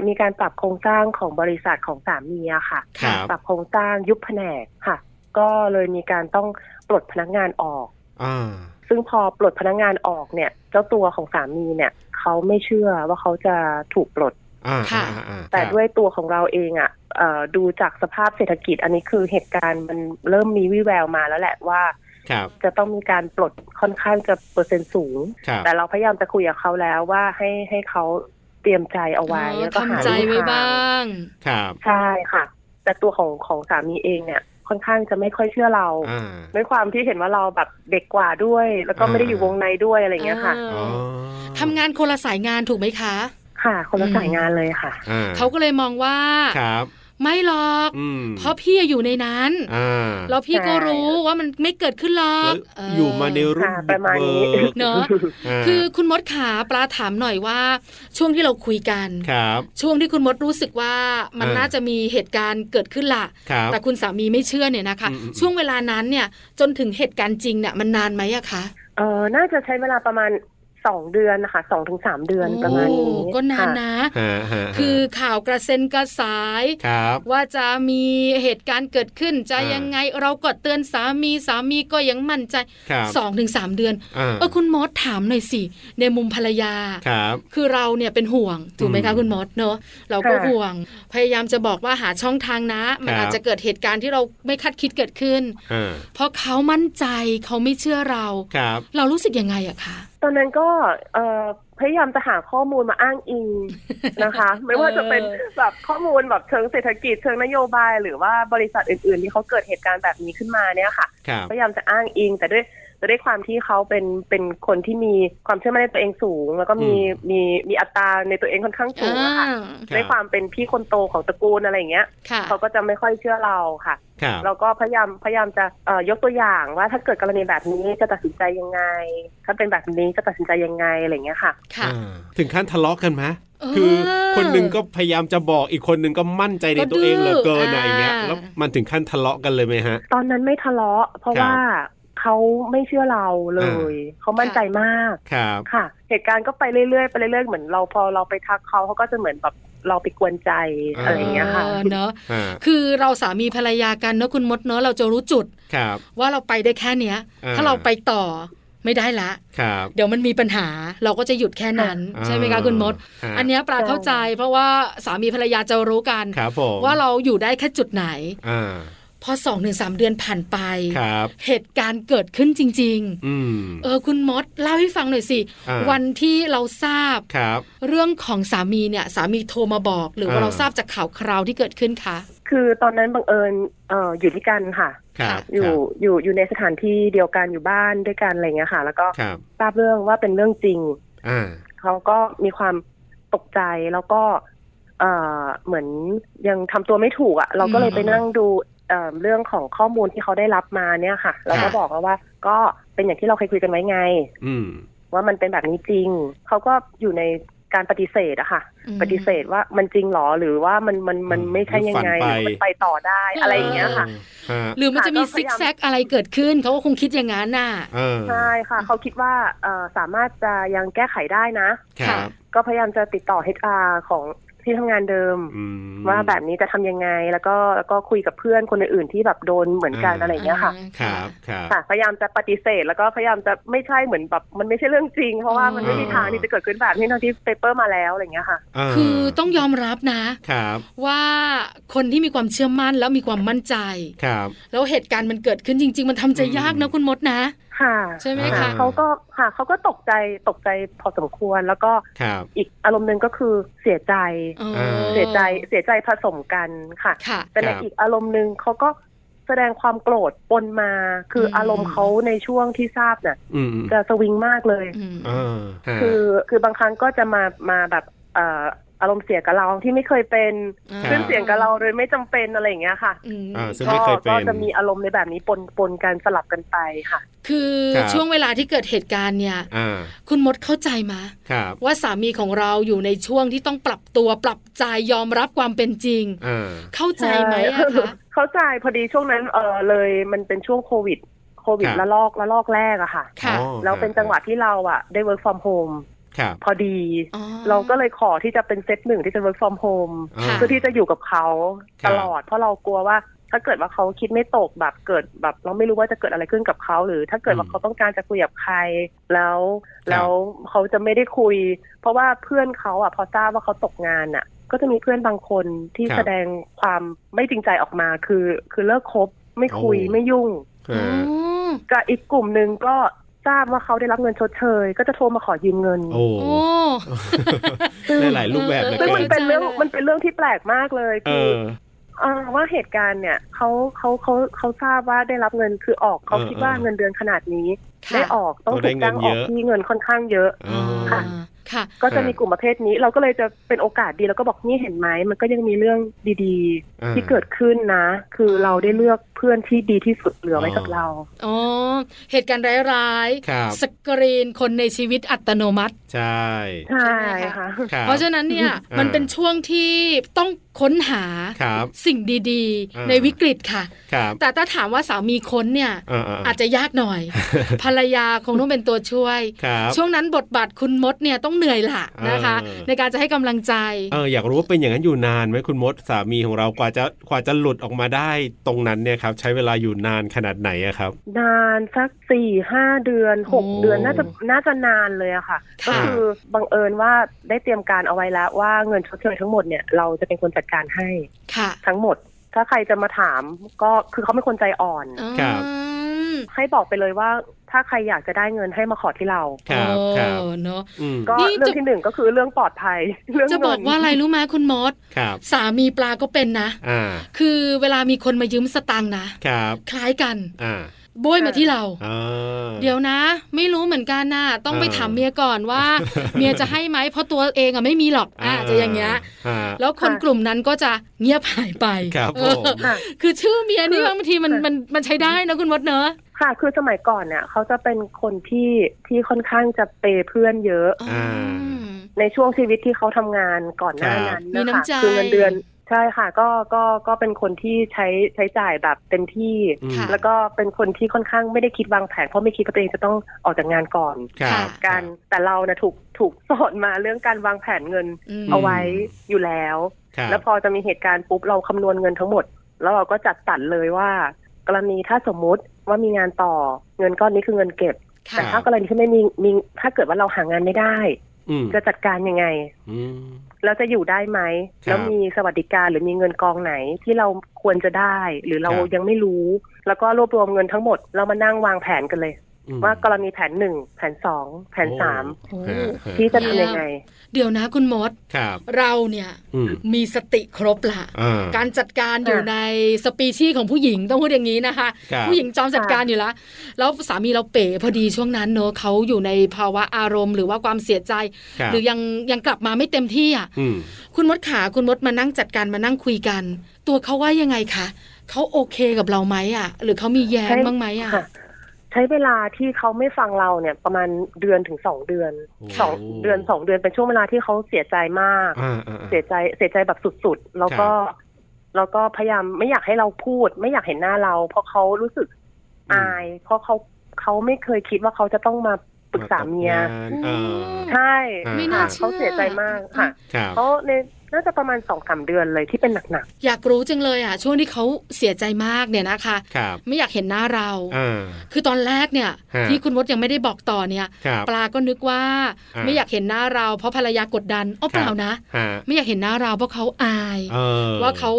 [SPEAKER 5] มีการปรับโครงสร้างของบริษัทของสามีอะค่ะ
[SPEAKER 2] ครับ
[SPEAKER 5] ปรับโครงสร้างยุบแผนกค่ะ ก็เลยมีการต้องปลดพนักงานออก
[SPEAKER 2] อ่า
[SPEAKER 5] ซึ่งพอปลดพนักงานออกเนี่ย เจ้าตัวของสามีเนี่ยเขาไม่เชื่อว่าเขาจะถูกปลด
[SPEAKER 2] อ่าอ่าอ่าอ่า
[SPEAKER 5] แต่
[SPEAKER 2] ครับ
[SPEAKER 5] ด้วยตัวของเราเองอะเอ่อดูจากสภาพเศรษฐกิจอันนี้คือเหตุการณ์มันเริ่มมีวิแววมาแล้วแหละว่า
[SPEAKER 2] ครับ
[SPEAKER 5] จะต้องมีการปลดค่อนข้างจะเปอร์เซ็นต์สูง
[SPEAKER 2] ครับ
[SPEAKER 5] แต่เราพยายามจะคุยกับเขาแล้วว่าให้ให้เขาเตรียมใจเอาไว้
[SPEAKER 1] เออ
[SPEAKER 5] แล้วก็หา
[SPEAKER 1] ทำใจไว้บ้าง
[SPEAKER 2] ครับ
[SPEAKER 5] ใช่ค่ะ แต่ตัวของของสามีเองเนี่ย ค่อนข้างจะไม่ค่อยเชื่อเรา
[SPEAKER 2] อ่า
[SPEAKER 5] ด้วยความที่เห็นว่าเราแบบเด็กกว่าด้วย แล้วก็ไม่ได้อยู่วงในด้วยอะไรอย่างเงี้ยค่ะ
[SPEAKER 1] ออ
[SPEAKER 2] อ๋อ
[SPEAKER 1] ทำงานคนละสายงานถูกไหมคะ
[SPEAKER 5] ค่ะ คนละสายงานเลยค่ะ
[SPEAKER 2] อ่
[SPEAKER 1] เขาก็เลยมองว่า
[SPEAKER 2] ครับ
[SPEAKER 1] ไม่หรอก
[SPEAKER 2] อืม
[SPEAKER 1] เพราะพี่อยู่ในนั้น
[SPEAKER 2] อ่า
[SPEAKER 1] แล้วพี่ก็
[SPEAKER 5] ใช่
[SPEAKER 1] รู้ว่ามันไม่เกิดขึ้นหรอ
[SPEAKER 2] แล้
[SPEAKER 1] ก
[SPEAKER 2] ว
[SPEAKER 1] เ
[SPEAKER 2] อยู่มาในรุ่น
[SPEAKER 5] ค่ะประมาณนี้
[SPEAKER 2] บุกบิก
[SPEAKER 1] เนอะ
[SPEAKER 2] า
[SPEAKER 1] คือคุณมดขาปลาถามหน่อยว่า ช่วงที่เราคุยกัน
[SPEAKER 2] ครับ
[SPEAKER 1] ช่วงที่คุณมดรู้สึกว่ามัน
[SPEAKER 2] อ่า
[SPEAKER 1] น่าจะมีเหตุการณ์เกิดขึ้นล่ะ
[SPEAKER 2] ครับ
[SPEAKER 1] แต่คุณสามีไม่เชื่อเนี่ยนะคะ
[SPEAKER 2] อืมอืม
[SPEAKER 1] ช่วงเวลานั้นเนี่ยจนถึงเหตุการณ์จริงเนี่ยมันนานไหมอะคะ
[SPEAKER 5] เออน่าจะใช้เวลาประมาณสองเดือนนะคะสองถึงสามเดือนประมาณ
[SPEAKER 1] โอ้
[SPEAKER 5] นี้
[SPEAKER 1] ก็นาน
[SPEAKER 5] ค่ะ
[SPEAKER 1] นะ
[SPEAKER 2] ฮะฮะฮะ
[SPEAKER 1] คือข่าวกระเซ็นกระสาย
[SPEAKER 2] ครับ
[SPEAKER 1] ว่าจะมีเหตุการณ์เกิดขึ้นจะ
[SPEAKER 2] อ่ายั
[SPEAKER 1] ยังไงเราก็เตือนสามีสามีก็ยังมั่นใจ
[SPEAKER 2] ครับ
[SPEAKER 1] สองถึงสามเดือน
[SPEAKER 2] อ่า
[SPEAKER 1] เออคุณมดถามหน่อยสิในมุมภรรยา
[SPEAKER 2] ครับ
[SPEAKER 1] คือเราเนี่ยเป็นห่วงถูกไหมคะ
[SPEAKER 2] อืม
[SPEAKER 1] คุณมดเนอะเราก็ห่วง พยายามจะบอกว่าหาช่องทางนะ มัน
[SPEAKER 2] ครับ
[SPEAKER 1] อาจจะเกิดเหตุการณ์ที่เราไม่คาดคิดเกิดขึ้น
[SPEAKER 2] อ่า
[SPEAKER 1] เพราะเขามั่นใจเขาไม่เชื่อเรา
[SPEAKER 2] ครับ
[SPEAKER 1] เรารู้สึกยังไงอะคะ
[SPEAKER 5] ตอนนั้นก็เอ่อพยายามจะหาข้อมูลมาอ้างอิงนะคะ ไม่ว่าจะเป็นแบบข้อมูลแบบเชิงเศรษฐกิจเชิงนโยบาย หรือว่าบริษัทอื่น ๆ ที่เขาเกิดเหตุการณ์แบบนี้ขึ้นมาเนี่ยค่ะ
[SPEAKER 2] ครับ
[SPEAKER 5] พยายามจะอ้างอิง แต่ด้วยแต่ด้วยความที่เขาเป็นเป็นคนที่มีความเชื่อมั่นในตัวเองสูง แล้วก็มี
[SPEAKER 2] อืม
[SPEAKER 5] มีมีอัตราในตัวเองค่อนข้างสูงอะค่ะ
[SPEAKER 1] อ่า
[SPEAKER 2] รับ
[SPEAKER 5] ด้วยความเป็นพี่คนโตของตระกูลอะไรอย่างเงี้ย
[SPEAKER 1] ค่ะ
[SPEAKER 5] เขาก็จะไม่ค่อยเชื่อเราค่ะ
[SPEAKER 2] ครับ
[SPEAKER 5] เราก็พยายามพยายามจะเอ่อยกตัวอย่างว่าถ้าเกิดกรณีแบบนี้จะตัดสินใจยังไง ถ้าเป็นแบบนี้จะตัดสินใจยังไงอะไรอย่างเงี้ยค่ะ
[SPEAKER 1] ค่ะ
[SPEAKER 2] อ่าถึงขั้นทะเลาะกันไหม
[SPEAKER 1] เออ
[SPEAKER 2] คือคนหนึ่งก็พยายามจะบอกอีกคนหนึ่งก็มั่นใจในตัวเองเหลือเกินอะไรอย่างเงี้ย
[SPEAKER 1] อ่า
[SPEAKER 2] แล้วมันถึงขั้นทะเลาะกันเลยไหมฮะ
[SPEAKER 5] ตอนนั้นไม่ทะเลาะ เพราะ
[SPEAKER 2] ครับ
[SPEAKER 5] ว่าเขาไม่เชื่อเราเลย เขามั่นใจมาก
[SPEAKER 2] ครับ
[SPEAKER 5] ค่ะ เหตุการณ์ก็ไปเรื่อยๆไปเรื่อยๆเหมือนเราพอเราไปทักเขาเขาก็จะเหมือนแบบเราไปกวนใจ
[SPEAKER 2] อ่า
[SPEAKER 5] อะไรอย่างเงี้ยค่ะ
[SPEAKER 1] เออเนอะ
[SPEAKER 2] อ่า
[SPEAKER 1] คือเราสามีภรรยากันเนอะคุณมดเนอะเราจะรู้จุด
[SPEAKER 2] ครับ
[SPEAKER 1] ว่าเราไปได้แค่เนี้ย
[SPEAKER 2] อ่า
[SPEAKER 1] ถ้าเราไปต่อไม่ได้ละ
[SPEAKER 2] ครับ
[SPEAKER 1] เดี๋ยวมันมีปัญหาเราก็จะหยุดแค่นั้น
[SPEAKER 2] อ่า
[SPEAKER 1] ใช่ไหมคะคุณมด
[SPEAKER 2] ฮะ
[SPEAKER 1] อันเนี้ยปลา
[SPEAKER 5] ใช่
[SPEAKER 1] เข้าใจ เพราะว่าสามีภรรยาจะรู้กัน
[SPEAKER 2] ครับผม
[SPEAKER 1] ว่าเราอยู่ได้แค่จุดไหน
[SPEAKER 2] อ่า
[SPEAKER 1] พอสองถึงสามเดือนผ่านไป
[SPEAKER 2] ครับ
[SPEAKER 1] เหตุการณ์เกิดขึ้นจริง
[SPEAKER 2] อืม
[SPEAKER 1] ๆ เออคุณมดเล่าให้ฟังหน่อยสิ
[SPEAKER 2] อ่า
[SPEAKER 1] วันที่เราทราบ
[SPEAKER 2] ครับ
[SPEAKER 1] เรื่องของสามีเนี่ยสามีโทรมาบอก หรือว่า
[SPEAKER 2] อ่า
[SPEAKER 1] เราทราบจากข่าวคราวที่เกิดขึ้นคะ
[SPEAKER 5] คือตอนนั้นบังเอิญเอ่ออยู่ด้วยกันค่ะ
[SPEAKER 2] ครับ
[SPEAKER 5] อยู่อยู่อยู่ในสถานที่เดียวกันอยู่บ้านด้วยกันอะไรอย่างเงี้ยค่ะ แล้วก็
[SPEAKER 2] ครับ
[SPEAKER 5] ทราบเรื่องว่าเป็นเรื่องจริง
[SPEAKER 2] อ่า
[SPEAKER 5] เขาก็มีความตกใจแล้วก็เอ่อเหมือนยังทำตัวไม่ถูกอะ่ะ เราก็เลย
[SPEAKER 1] อืม
[SPEAKER 5] ไปนั่งดูเอ่อเรื่องของข้อมูลที่เขาได้รับมาเนี่ยค่ะ เราก็บอกเขาว่า ก็เป็นอย่างที่เราเคยคุยกันไว้ไง
[SPEAKER 2] อืม
[SPEAKER 5] ว่ามันเป็นแบบนี้จริง เขาก็อยู่ในการปฏิเสธอะค่ะ
[SPEAKER 1] อืม
[SPEAKER 5] ปฏิเสธว่ามันจริงหรอหรือว่ามันมันมัน
[SPEAKER 2] อืม
[SPEAKER 5] ไม่ใช่ยังไง
[SPEAKER 2] ห
[SPEAKER 5] ห
[SPEAKER 2] รื
[SPEAKER 5] รือ อ
[SPEAKER 2] ฝันไป
[SPEAKER 5] มันไปต่อได้อะไรอย่างเงี้ยค่ะ
[SPEAKER 2] ฮะ
[SPEAKER 1] หรือมันจะมี
[SPEAKER 5] ค่ะก็พ
[SPEAKER 1] ซิ
[SPEAKER 5] ยาก ยาม
[SPEAKER 1] แซกอะไรเกิดขึ้นเขาก็คงคิดอย่างนั้นน่ะ
[SPEAKER 2] เออ
[SPEAKER 5] ใช่ค่ะ เขาคิดว่าเอ่อสามารถจะยังแก้ไขได้นะ
[SPEAKER 2] ครับ
[SPEAKER 5] ก็พยายามจะติดต่อ HR ของที่ทำงานเดิม
[SPEAKER 2] อืม
[SPEAKER 5] ว่าแบบนี้จะทำยังไงแล้วก็แล้วก็คุยกับเพื่อนคนอื่นๆที่แบบโดนเหมือนกัน
[SPEAKER 2] อ่า
[SPEAKER 5] อะไรอย่างเงี้ยค่ะ
[SPEAKER 2] ครับครับ
[SPEAKER 5] ค่ะ พยายามจะปฏิเสธ แล้วก็พยายามจะไม่ใช่เหมือนแบบมันไม่ใช่เรื่องจริง เพราะว่ามันไม่มี
[SPEAKER 2] อ่า
[SPEAKER 5] ทางที่จะเกิดขึ้นแบบนี้ทั้งที่เปเปอร์มาแล้วอะไรอย่างเงี้ยค่ะ
[SPEAKER 2] เ
[SPEAKER 1] คือต้องยอมรับนะ
[SPEAKER 2] ครับ
[SPEAKER 1] ว่าคนที่มีความเชื่อมั่นแล้วมีความมั่นใจ
[SPEAKER 2] ครับ
[SPEAKER 1] แล้วเหตุการณ์มันเกิดขึ้นจริง ๆ มันทำใจยากนะ
[SPEAKER 2] อืม
[SPEAKER 1] คุณมดนะ
[SPEAKER 5] ค่ะ
[SPEAKER 1] ใช่ไหม
[SPEAKER 2] อ่า
[SPEAKER 1] คะ
[SPEAKER 5] เขาก็ค่ะเขาก็ตกใจตกใจพอสมควร แล้วก็
[SPEAKER 2] ครับ
[SPEAKER 5] อีกอารมณ์หนึ่งก็คือเสียใจ
[SPEAKER 1] เออ
[SPEAKER 5] เสียใจเสียใจผสมกันค่ะ
[SPEAKER 1] ค่ะ
[SPEAKER 5] แต่
[SPEAKER 2] ค
[SPEAKER 5] ใน
[SPEAKER 2] รับ
[SPEAKER 5] อีกอารมณ์หนึ่งเขาก็แสดงความโกรธปนมา คืออ
[SPEAKER 1] ม
[SPEAKER 5] อารมณ์เขาในช่วงที่ทราบน่ะ
[SPEAKER 2] ืม
[SPEAKER 5] จะสวิงมากเลย
[SPEAKER 1] อืม
[SPEAKER 2] อ่าฮะ
[SPEAKER 5] คือคือบางครั้งก็จะมามาแบบเอ่ออ อารมณ์เสียกับเราที่ไม่เคยเป็น
[SPEAKER 1] อ่า
[SPEAKER 2] ครับ
[SPEAKER 5] ขึ้นเสียงกับเราโดยไม่จำเป็นอะไรอย่างเงี้ยค่ะ
[SPEAKER 1] อืม
[SPEAKER 2] อ่าซึ่ง
[SPEAKER 5] ก็
[SPEAKER 2] ไม่เคยเป็น
[SPEAKER 5] ก็จะมีอารมณ์ในแบบนี้ปนปนกันสลับกันไปค่ะ
[SPEAKER 1] คือ
[SPEAKER 2] ครับ
[SPEAKER 1] ช่วงเวลาที่เกิดเหตุการณ์เนี่ย
[SPEAKER 2] อ่า
[SPEAKER 1] คุณมดเข้าใจมา
[SPEAKER 2] ครับ
[SPEAKER 1] ว่าสามีของเราอยู่ในช่วงที่ต้องปรับตัวปรับใจยอมรับความเป็นจริง
[SPEAKER 2] อ่า
[SPEAKER 1] เข้าใจไหมอะ
[SPEAKER 5] ช่
[SPEAKER 1] คะ
[SPEAKER 5] เข้าใจพอดีช่วงนั้นเออเลยมันเป็นช่วงโควิด โควิด
[SPEAKER 2] ครับ
[SPEAKER 5] ละลอกละลอกแรกอะค่ะ
[SPEAKER 1] ค่ะ
[SPEAKER 2] อ๋อ
[SPEAKER 5] แล้วเป็นจังหวะที่เราอะได้ work from home
[SPEAKER 2] ครับ
[SPEAKER 5] พอดี
[SPEAKER 1] อ๋อ
[SPEAKER 5] เราก็เลยขอที่จะเป็นเซตหนึ่งที่จะ work from home
[SPEAKER 1] ค่ะ
[SPEAKER 5] เพื่อที่จะอยู่กับเขา
[SPEAKER 2] ครั
[SPEAKER 5] ต
[SPEAKER 2] บ
[SPEAKER 5] ลอด เพราะเรากลัวว่าถ้าเกิดว่าเขาคิดไม่ตกแบบเกิดแบบ เราไม่รู้ว่าจะเกิดอะไรขึ้นกับเขาหรือ ถ้าเกิดว่า
[SPEAKER 2] อืม
[SPEAKER 5] เขาต้องการจะคุยกับใครแล้วแล้วเขาจะไม่ได้คุย เพราะว่าเพื่อนเขาอ่ะพอทราบว่าเขาตกงานอ่ะ ก็จะมีเพื่อนบางคนที่
[SPEAKER 2] ครับ
[SPEAKER 5] แสดงความไม่จริงใจออกมาคือ คือเลิกคบไม่คุยไม่ยุ่ง
[SPEAKER 1] อ๋
[SPEAKER 2] อ่า
[SPEAKER 1] อ
[SPEAKER 5] กับอีกกลุ่มหนึ่งก็ทราบว่าเขาได้รับเงินชดเชย ก็จะโทรมาขอยืมเงิน
[SPEAKER 2] โอ้
[SPEAKER 1] โอ้
[SPEAKER 2] ได้ หลายรูปแบบเหลย
[SPEAKER 5] ซึ่ง
[SPEAKER 2] เกิ
[SPEAKER 5] มัน
[SPEAKER 2] น
[SPEAKER 5] เป็นเรื่อง
[SPEAKER 1] เจอเลย
[SPEAKER 5] มันเป็นเรื่องที่แปลกมากเลย
[SPEAKER 2] เอ
[SPEAKER 5] คือ
[SPEAKER 2] อ
[SPEAKER 5] เอ่อว่าเหตุการณ์เนี่ยเขาเขาเขาเขาทราบว่าได้รับเงินคือออกเขา
[SPEAKER 2] เออ
[SPEAKER 5] คิดว่า
[SPEAKER 2] เออ
[SPEAKER 5] เงินเดือนขนาดนี้
[SPEAKER 1] ค่ะ
[SPEAKER 5] ได้ออกต้องถูก
[SPEAKER 2] ต้องได้เงิ
[SPEAKER 5] จ้างออก
[SPEAKER 2] นเยอะ
[SPEAKER 5] ที่เงินค่อนข้างเยอะ
[SPEAKER 2] อ๋อ
[SPEAKER 1] อ่าค่ะ
[SPEAKER 5] ก็จะ
[SPEAKER 2] เออ
[SPEAKER 5] มีกลุ่มประเภทนี้ เราก็เลยจะเป็นโอกาสดีแล้วก็บอกนี่เห็นไหมมันก็ยังมีเรื่องดี
[SPEAKER 2] อ่า
[SPEAKER 5] ๆ ที่เกิดขึ้นนะ คือเราได้เลือกเพื่อนที่ดีที่สุดเหลือไว้กับ
[SPEAKER 2] อ๋อ
[SPEAKER 5] เรา
[SPEAKER 1] อ๋อ เหตุการณ์ร้าย
[SPEAKER 2] ครับ
[SPEAKER 1] ๆ สกรีนคนในชีวิตอัตโนมัติ
[SPEAKER 2] ใช่
[SPEAKER 5] ใช่
[SPEAKER 1] ค่ะ
[SPEAKER 5] ค่ะ
[SPEAKER 2] คบ
[SPEAKER 1] เพราะฉะนั้นเนี่ย
[SPEAKER 2] อ่ามั
[SPEAKER 1] มันเป็นช่วงที่ต้องค้นหา
[SPEAKER 2] ครับ
[SPEAKER 1] สิ่งดี
[SPEAKER 2] อ่า
[SPEAKER 1] ๆ ในวิกฤตค่ะ
[SPEAKER 2] ครับ
[SPEAKER 1] แต่ถ้าถามว่าสามีค้นเนี่ย
[SPEAKER 2] อ่าๆ
[SPEAKER 1] อาจจะยากหน่ อย ภรรยาคงต้องเป็นตัวช่วย
[SPEAKER 2] ครับ
[SPEAKER 1] ช่วงนั้นบทบาทคุณมดเนี่ยต้องเหนื่อยละนะคะ
[SPEAKER 2] เออ
[SPEAKER 1] ในการจะให้กำลังใจ
[SPEAKER 2] เอออยากรู้ว่าเป็นอย่างนั้นอยู่นานไหมคุณมดสามีของเรากว่าจะกว่าจะหลุดออกมาได้ตรงนั้นเนี่ยครับ ใช้เวลาอยู่นานขนาดไหนอะครับ
[SPEAKER 5] นานสักสี่ห้าเดือนหก
[SPEAKER 1] โอ้
[SPEAKER 5] เดือนน่าจะน่าจะนานเลยอะค่ะ
[SPEAKER 1] ค่ะ
[SPEAKER 5] ก็คือบังเอิญว่าได้เตรียมการเอาไว้แล้วว่าเงินชดเชยทั้งหมดเนี่ยเราจะเป็นคนจัดการให้
[SPEAKER 1] ค่ะ
[SPEAKER 5] ทั้งหมด ถ้าใครจะมาถามก็คือเขาเป็นคนใจอ่อน
[SPEAKER 2] ครับ
[SPEAKER 1] อืม
[SPEAKER 5] ให้บอกไปเลยว่าถ้าใครอยากจะได้เงินให้มาขอที่เรา
[SPEAKER 2] ครับ
[SPEAKER 1] โอ้
[SPEAKER 2] ครับ
[SPEAKER 1] เนอะ
[SPEAKER 2] อืม
[SPEAKER 5] ก็
[SPEAKER 1] นี่จะ
[SPEAKER 5] เรื่องที่หนึ่งก็คือเรื่องปลอดภัยเรื่อง
[SPEAKER 1] จะบอกว่าอะไรรู้ไหมคุณมด
[SPEAKER 2] ครับ
[SPEAKER 1] สามีปลาก็เป็นนะ
[SPEAKER 2] อ่า
[SPEAKER 1] คือเวลามีคนมายืมสตังค์นะ
[SPEAKER 2] ครับ
[SPEAKER 1] คล้ายกัน
[SPEAKER 2] อ่า
[SPEAKER 1] โบยมาที่เรา
[SPEAKER 2] อ่า
[SPEAKER 1] เดี๋ยวนะ ไม่รู้เหมือนกันนะต้องไป
[SPEAKER 2] เออ
[SPEAKER 1] ถามเมียก่อนว่า เมียจะให้ไหมเพราะตัวเองอะไม่มีหรอกอ่าจะอย่างเงี้ย
[SPEAKER 2] ฮะ
[SPEAKER 1] แล้วคนกลุ่มนั้นก็จะเงียบหายไป
[SPEAKER 2] ครับ
[SPEAKER 1] เอ
[SPEAKER 2] ผ
[SPEAKER 1] อ
[SPEAKER 2] ม
[SPEAKER 5] ค่ะ
[SPEAKER 1] คือชื่อเมียนี่บางทีมัน
[SPEAKER 5] ค่ะ
[SPEAKER 1] มันมันใช้ได้นะคุณมดเนอะ
[SPEAKER 5] ค่ะ คือสมัยก่อนเนี่ยเขาจะเป็นคนที่ที่ค่อนข้างจะเปย์เพื่อนเยอะ
[SPEAKER 1] อ๋อ
[SPEAKER 5] ในช่วงชีวิตที่เขาทำงานก่อนหน้านั้น
[SPEAKER 1] มี
[SPEAKER 5] นะคะ
[SPEAKER 1] น้ำใจ
[SPEAKER 5] คือเงินเดือนใช่ค่ะ ก็ก็ก็เป็นคนที่ใช้ใช้จ่ายแบบเต็มที่
[SPEAKER 2] อืม
[SPEAKER 1] ค่ะ
[SPEAKER 5] แล้วก็เป็นคนที่ค่อนข้างไม่ได้คิดวางแผนเพราะไม่คิดว่าตัวเองจะต้องออกจากงานก่อน
[SPEAKER 2] ครับ
[SPEAKER 5] การแต่เรานะถูกถูกสอนมาเรื่องการวางแผนเงิน
[SPEAKER 1] ม
[SPEAKER 5] เอาไว้อยู่แล้ว
[SPEAKER 2] ครับ
[SPEAKER 5] แล้วพอจะมีเหตุการณ์ปุ๊บเราคำนวณเงินทั้งหมด แล้วเราก็จัดสรรเลยว่า กรณีถ้าสมมุติว่ามีงานต่อเงินก้อนนี้คือเงินเก็บ
[SPEAKER 1] ค่ะ
[SPEAKER 5] แต่ถ้ากรณีที่ไม่มีมีถ้าเกิดว่าเราหางานไม่ได้
[SPEAKER 2] อืม
[SPEAKER 5] จะจัดการยังไง
[SPEAKER 2] อืม
[SPEAKER 5] แล้วจะอยู่ได้ไหม
[SPEAKER 2] ครับ
[SPEAKER 5] แล้วมีสวัสดิการหรือมีเงินกองไหนที่เราควรจะได้ หรือเรา
[SPEAKER 2] ครับ
[SPEAKER 5] ยังไม่รู้ แล้วก็รวบรวมเงินทั้งหมด เรามานั่งวางแผนกันเลย
[SPEAKER 2] อืม
[SPEAKER 5] ว่ากรณีแผนหนึ่งแผนสองแผนสาม
[SPEAKER 1] โอ้
[SPEAKER 2] ฮะฮ
[SPEAKER 5] ที่จะทำยังไง
[SPEAKER 1] เดี๋ยวนะคุณมด
[SPEAKER 2] ครับ
[SPEAKER 1] เราเนี่ย
[SPEAKER 2] อืม
[SPEAKER 1] มีสติครบละ
[SPEAKER 2] อ่า
[SPEAKER 1] การจัดการอยู่
[SPEAKER 5] อ่ะ
[SPEAKER 1] ในสปีชีส์ของผู้หญิงต้องพูดอย่างนี้นะคะ
[SPEAKER 2] ครับ
[SPEAKER 1] ผู้หญิงจอมจัด
[SPEAKER 5] ค่ะ
[SPEAKER 1] การอยู่แล้ว แล้วสามีเราเป๋พอดีช่วงนั้นเนอะเขาอยู่ในภาวะอารมณ์หรือว่าความเสียใจ
[SPEAKER 2] ครับ
[SPEAKER 1] หรือยังยังกลับมาไม่เต็มที่อ่ะ
[SPEAKER 2] อืม
[SPEAKER 1] คุณมดขาคุณมดมานั่งจัดการมานั่งคุยกัน ตัวเขาว่ายังไงคะเขาโอเคกับเราไหมอ่ะ หรือเขามีแย้งบ้างไหมอ่ะ
[SPEAKER 5] ค่ะ ใช้เวลาที่เขาไม่ฟังเราเนี่ยประมาณเดือนถึงสองเดือน
[SPEAKER 2] โอ้
[SPEAKER 5] สองเดือนสองเดือนเป็นช่วงเวลาที่เขาเสียใจมาก
[SPEAKER 2] อ่าอ่าอ่า
[SPEAKER 5] เสียใจเสียใจแบบสุดๆ แล้วก็
[SPEAKER 2] ครับ
[SPEAKER 5] แล้วก็พยายามไม่อยากให้เราพูด ไม่อยากเห็นหน้าเรา เพราะเขารู้สึก
[SPEAKER 2] อืม
[SPEAKER 5] อาย เพราะเขาเขาไม่เคยคิดว่าเขาจะต้องมาปรึกษาเมีย
[SPEAKER 2] งานอ่า
[SPEAKER 5] ใช่
[SPEAKER 2] อ่า
[SPEAKER 1] ไม่น่า
[SPEAKER 5] ค่ะ
[SPEAKER 1] เชื่อ
[SPEAKER 5] เขาเสียใจมากค่ะ
[SPEAKER 2] ครับ
[SPEAKER 5] เขาในน่าจะประมาณสองสามเดือนเลยที่เป็นหนัก
[SPEAKER 1] อยากรู้จังเลยอ่ะ ช่วงที่เขาเสียใจมากเนี่ยนะคะ
[SPEAKER 2] ครับ
[SPEAKER 1] ไม่อยากเห็นหน้าเรา
[SPEAKER 2] อ่า
[SPEAKER 1] คือตอนแรกเนี่ย
[SPEAKER 2] ฮะ
[SPEAKER 1] ที่คุณมดยังไม่ได้บอกต่อเนี่ย
[SPEAKER 2] ครับ
[SPEAKER 1] ปลาก็นึกว่า
[SPEAKER 2] อ่า
[SPEAKER 1] ไม่อยากเห็นหน้าเราเพราะภรรยากดดันอ้อ
[SPEAKER 2] ครั
[SPEAKER 1] เป
[SPEAKER 2] บ
[SPEAKER 1] ล่านะ
[SPEAKER 2] ฮะ
[SPEAKER 1] ไม่อยากเห็นหน้าเราเพราะเขาอาย
[SPEAKER 2] เออ
[SPEAKER 1] ว่าเขา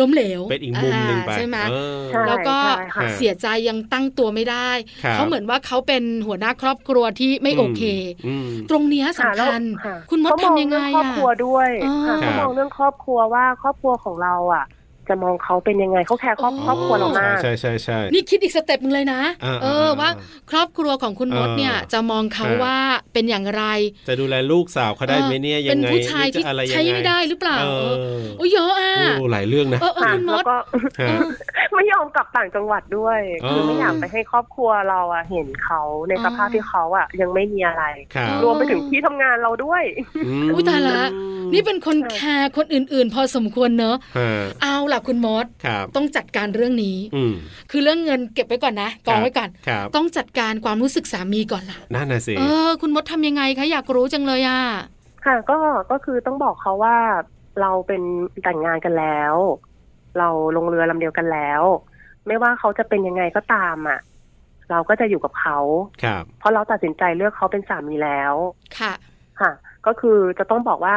[SPEAKER 1] ล้มเหลว
[SPEAKER 2] เป็นอีกมุมหนึ่งไป
[SPEAKER 1] อ่าใช่ไหม
[SPEAKER 2] เออ
[SPEAKER 5] ๆใช่
[SPEAKER 1] แล้วก็
[SPEAKER 5] ใช่ค่ะ
[SPEAKER 1] เสียใจยังตั้งตัวไม่ได้
[SPEAKER 2] ครับ
[SPEAKER 1] เขาเหมือนว่าเขาเป็นหัวหน้าครอบครัวที่ไม่โอเค
[SPEAKER 2] อืม
[SPEAKER 1] ตรงเนี้ย
[SPEAKER 5] ค่ะ
[SPEAKER 1] สำ
[SPEAKER 5] แล้ว
[SPEAKER 1] คัญ
[SPEAKER 5] ะ
[SPEAKER 1] คุณมด
[SPEAKER 5] เขามอง
[SPEAKER 1] ทำยังไง
[SPEAKER 5] เรื่องครอบ
[SPEAKER 1] อะ
[SPEAKER 5] ครัวด้วย
[SPEAKER 1] อ่า
[SPEAKER 5] ค่ะเขามองเรื่องครอบครัวว่าครอบครัวของเราอ่ะ จะมองเขาเป็นยังไงเขาแคร์ครอบ
[SPEAKER 1] อ๋อ
[SPEAKER 5] ครอบครัวเรามาก
[SPEAKER 2] ใช่ใช่ใช่
[SPEAKER 1] นี่คิดอีกสเต็ปหนึงเลยนะ
[SPEAKER 2] อ่า
[SPEAKER 1] เออว่า
[SPEAKER 2] อ่า
[SPEAKER 1] ครอบครัวของคุณมดเนี่ย
[SPEAKER 2] เออ
[SPEAKER 1] จะมองเขา
[SPEAKER 2] เออ
[SPEAKER 1] ว่าเป็นอย่างไร
[SPEAKER 2] จะดูแลลูกสาวเขาได้ไหมเนี่ย
[SPEAKER 1] ออ
[SPEAKER 2] ยั
[SPEAKER 1] เป็
[SPEAKER 2] ง
[SPEAKER 1] น
[SPEAKER 2] ไง
[SPEAKER 1] ผู้ชายที่
[SPEAKER 2] จะอะไรยังง
[SPEAKER 1] ใช้ไม่ได้หรือเปล่า
[SPEAKER 2] เอ
[SPEAKER 1] เออ
[SPEAKER 2] อ
[SPEAKER 1] โอ้ยเยอะอ่ะ
[SPEAKER 2] โอ้หลายเรื่องนะ
[SPEAKER 1] เออเออ
[SPEAKER 5] ค่ะ
[SPEAKER 1] คุณม
[SPEAKER 5] แล้ว
[SPEAKER 1] ด
[SPEAKER 5] ก็
[SPEAKER 2] ฮะ
[SPEAKER 5] ไม่ยอมกลับต่างจังหวัดด้วย
[SPEAKER 2] อ๋อ
[SPEAKER 5] คือไม่อยากไปให้ครอบครัวเราอะเห็นเขาในสภาพ
[SPEAKER 1] อ๋อ
[SPEAKER 5] ที่เขาอะยังไม่มีอะไร
[SPEAKER 2] ครับ
[SPEAKER 1] อ๋อ
[SPEAKER 5] รวมไปถึงที่ทำงานเราด้วย
[SPEAKER 2] ม
[SPEAKER 1] อุ๊ยตายละ นี่เป็นคนแคร์คนอื่น ๆ พอสมควรเนอะ
[SPEAKER 2] ฮะ
[SPEAKER 1] เอาล่ะคุณมด
[SPEAKER 2] ครับ
[SPEAKER 1] ต้องจัดการเรื่องนี้
[SPEAKER 2] อืม
[SPEAKER 1] คือเรื่องเงินเก็บไว้ก่อนนะกองไว้ก่อน
[SPEAKER 2] ครับ
[SPEAKER 1] ต้องจัดการความรู้สึกสามีก่อนล่ะ
[SPEAKER 2] นั่นน่ะสิ
[SPEAKER 1] เออ คุณมดทำยังไงคะอยากรู้จังเลยอ่ะ
[SPEAKER 5] ค่ะ ก็ก็คือต้องบอกเขาว่าเราเป็นแต่งงานกันแล้ว เราลงเรือลำเดียวกันแล้ว ไม่ว่าเขาจะเป็นยังไงก็ตามอะเราก็จะอยู่กับเขา
[SPEAKER 2] ครับ
[SPEAKER 5] เพราะเราตัดสินใจเลือกเขาเป็นสามีแล้ว
[SPEAKER 1] ค่ะ
[SPEAKER 5] ค่ะ ก็คือจะต้องบอกว่า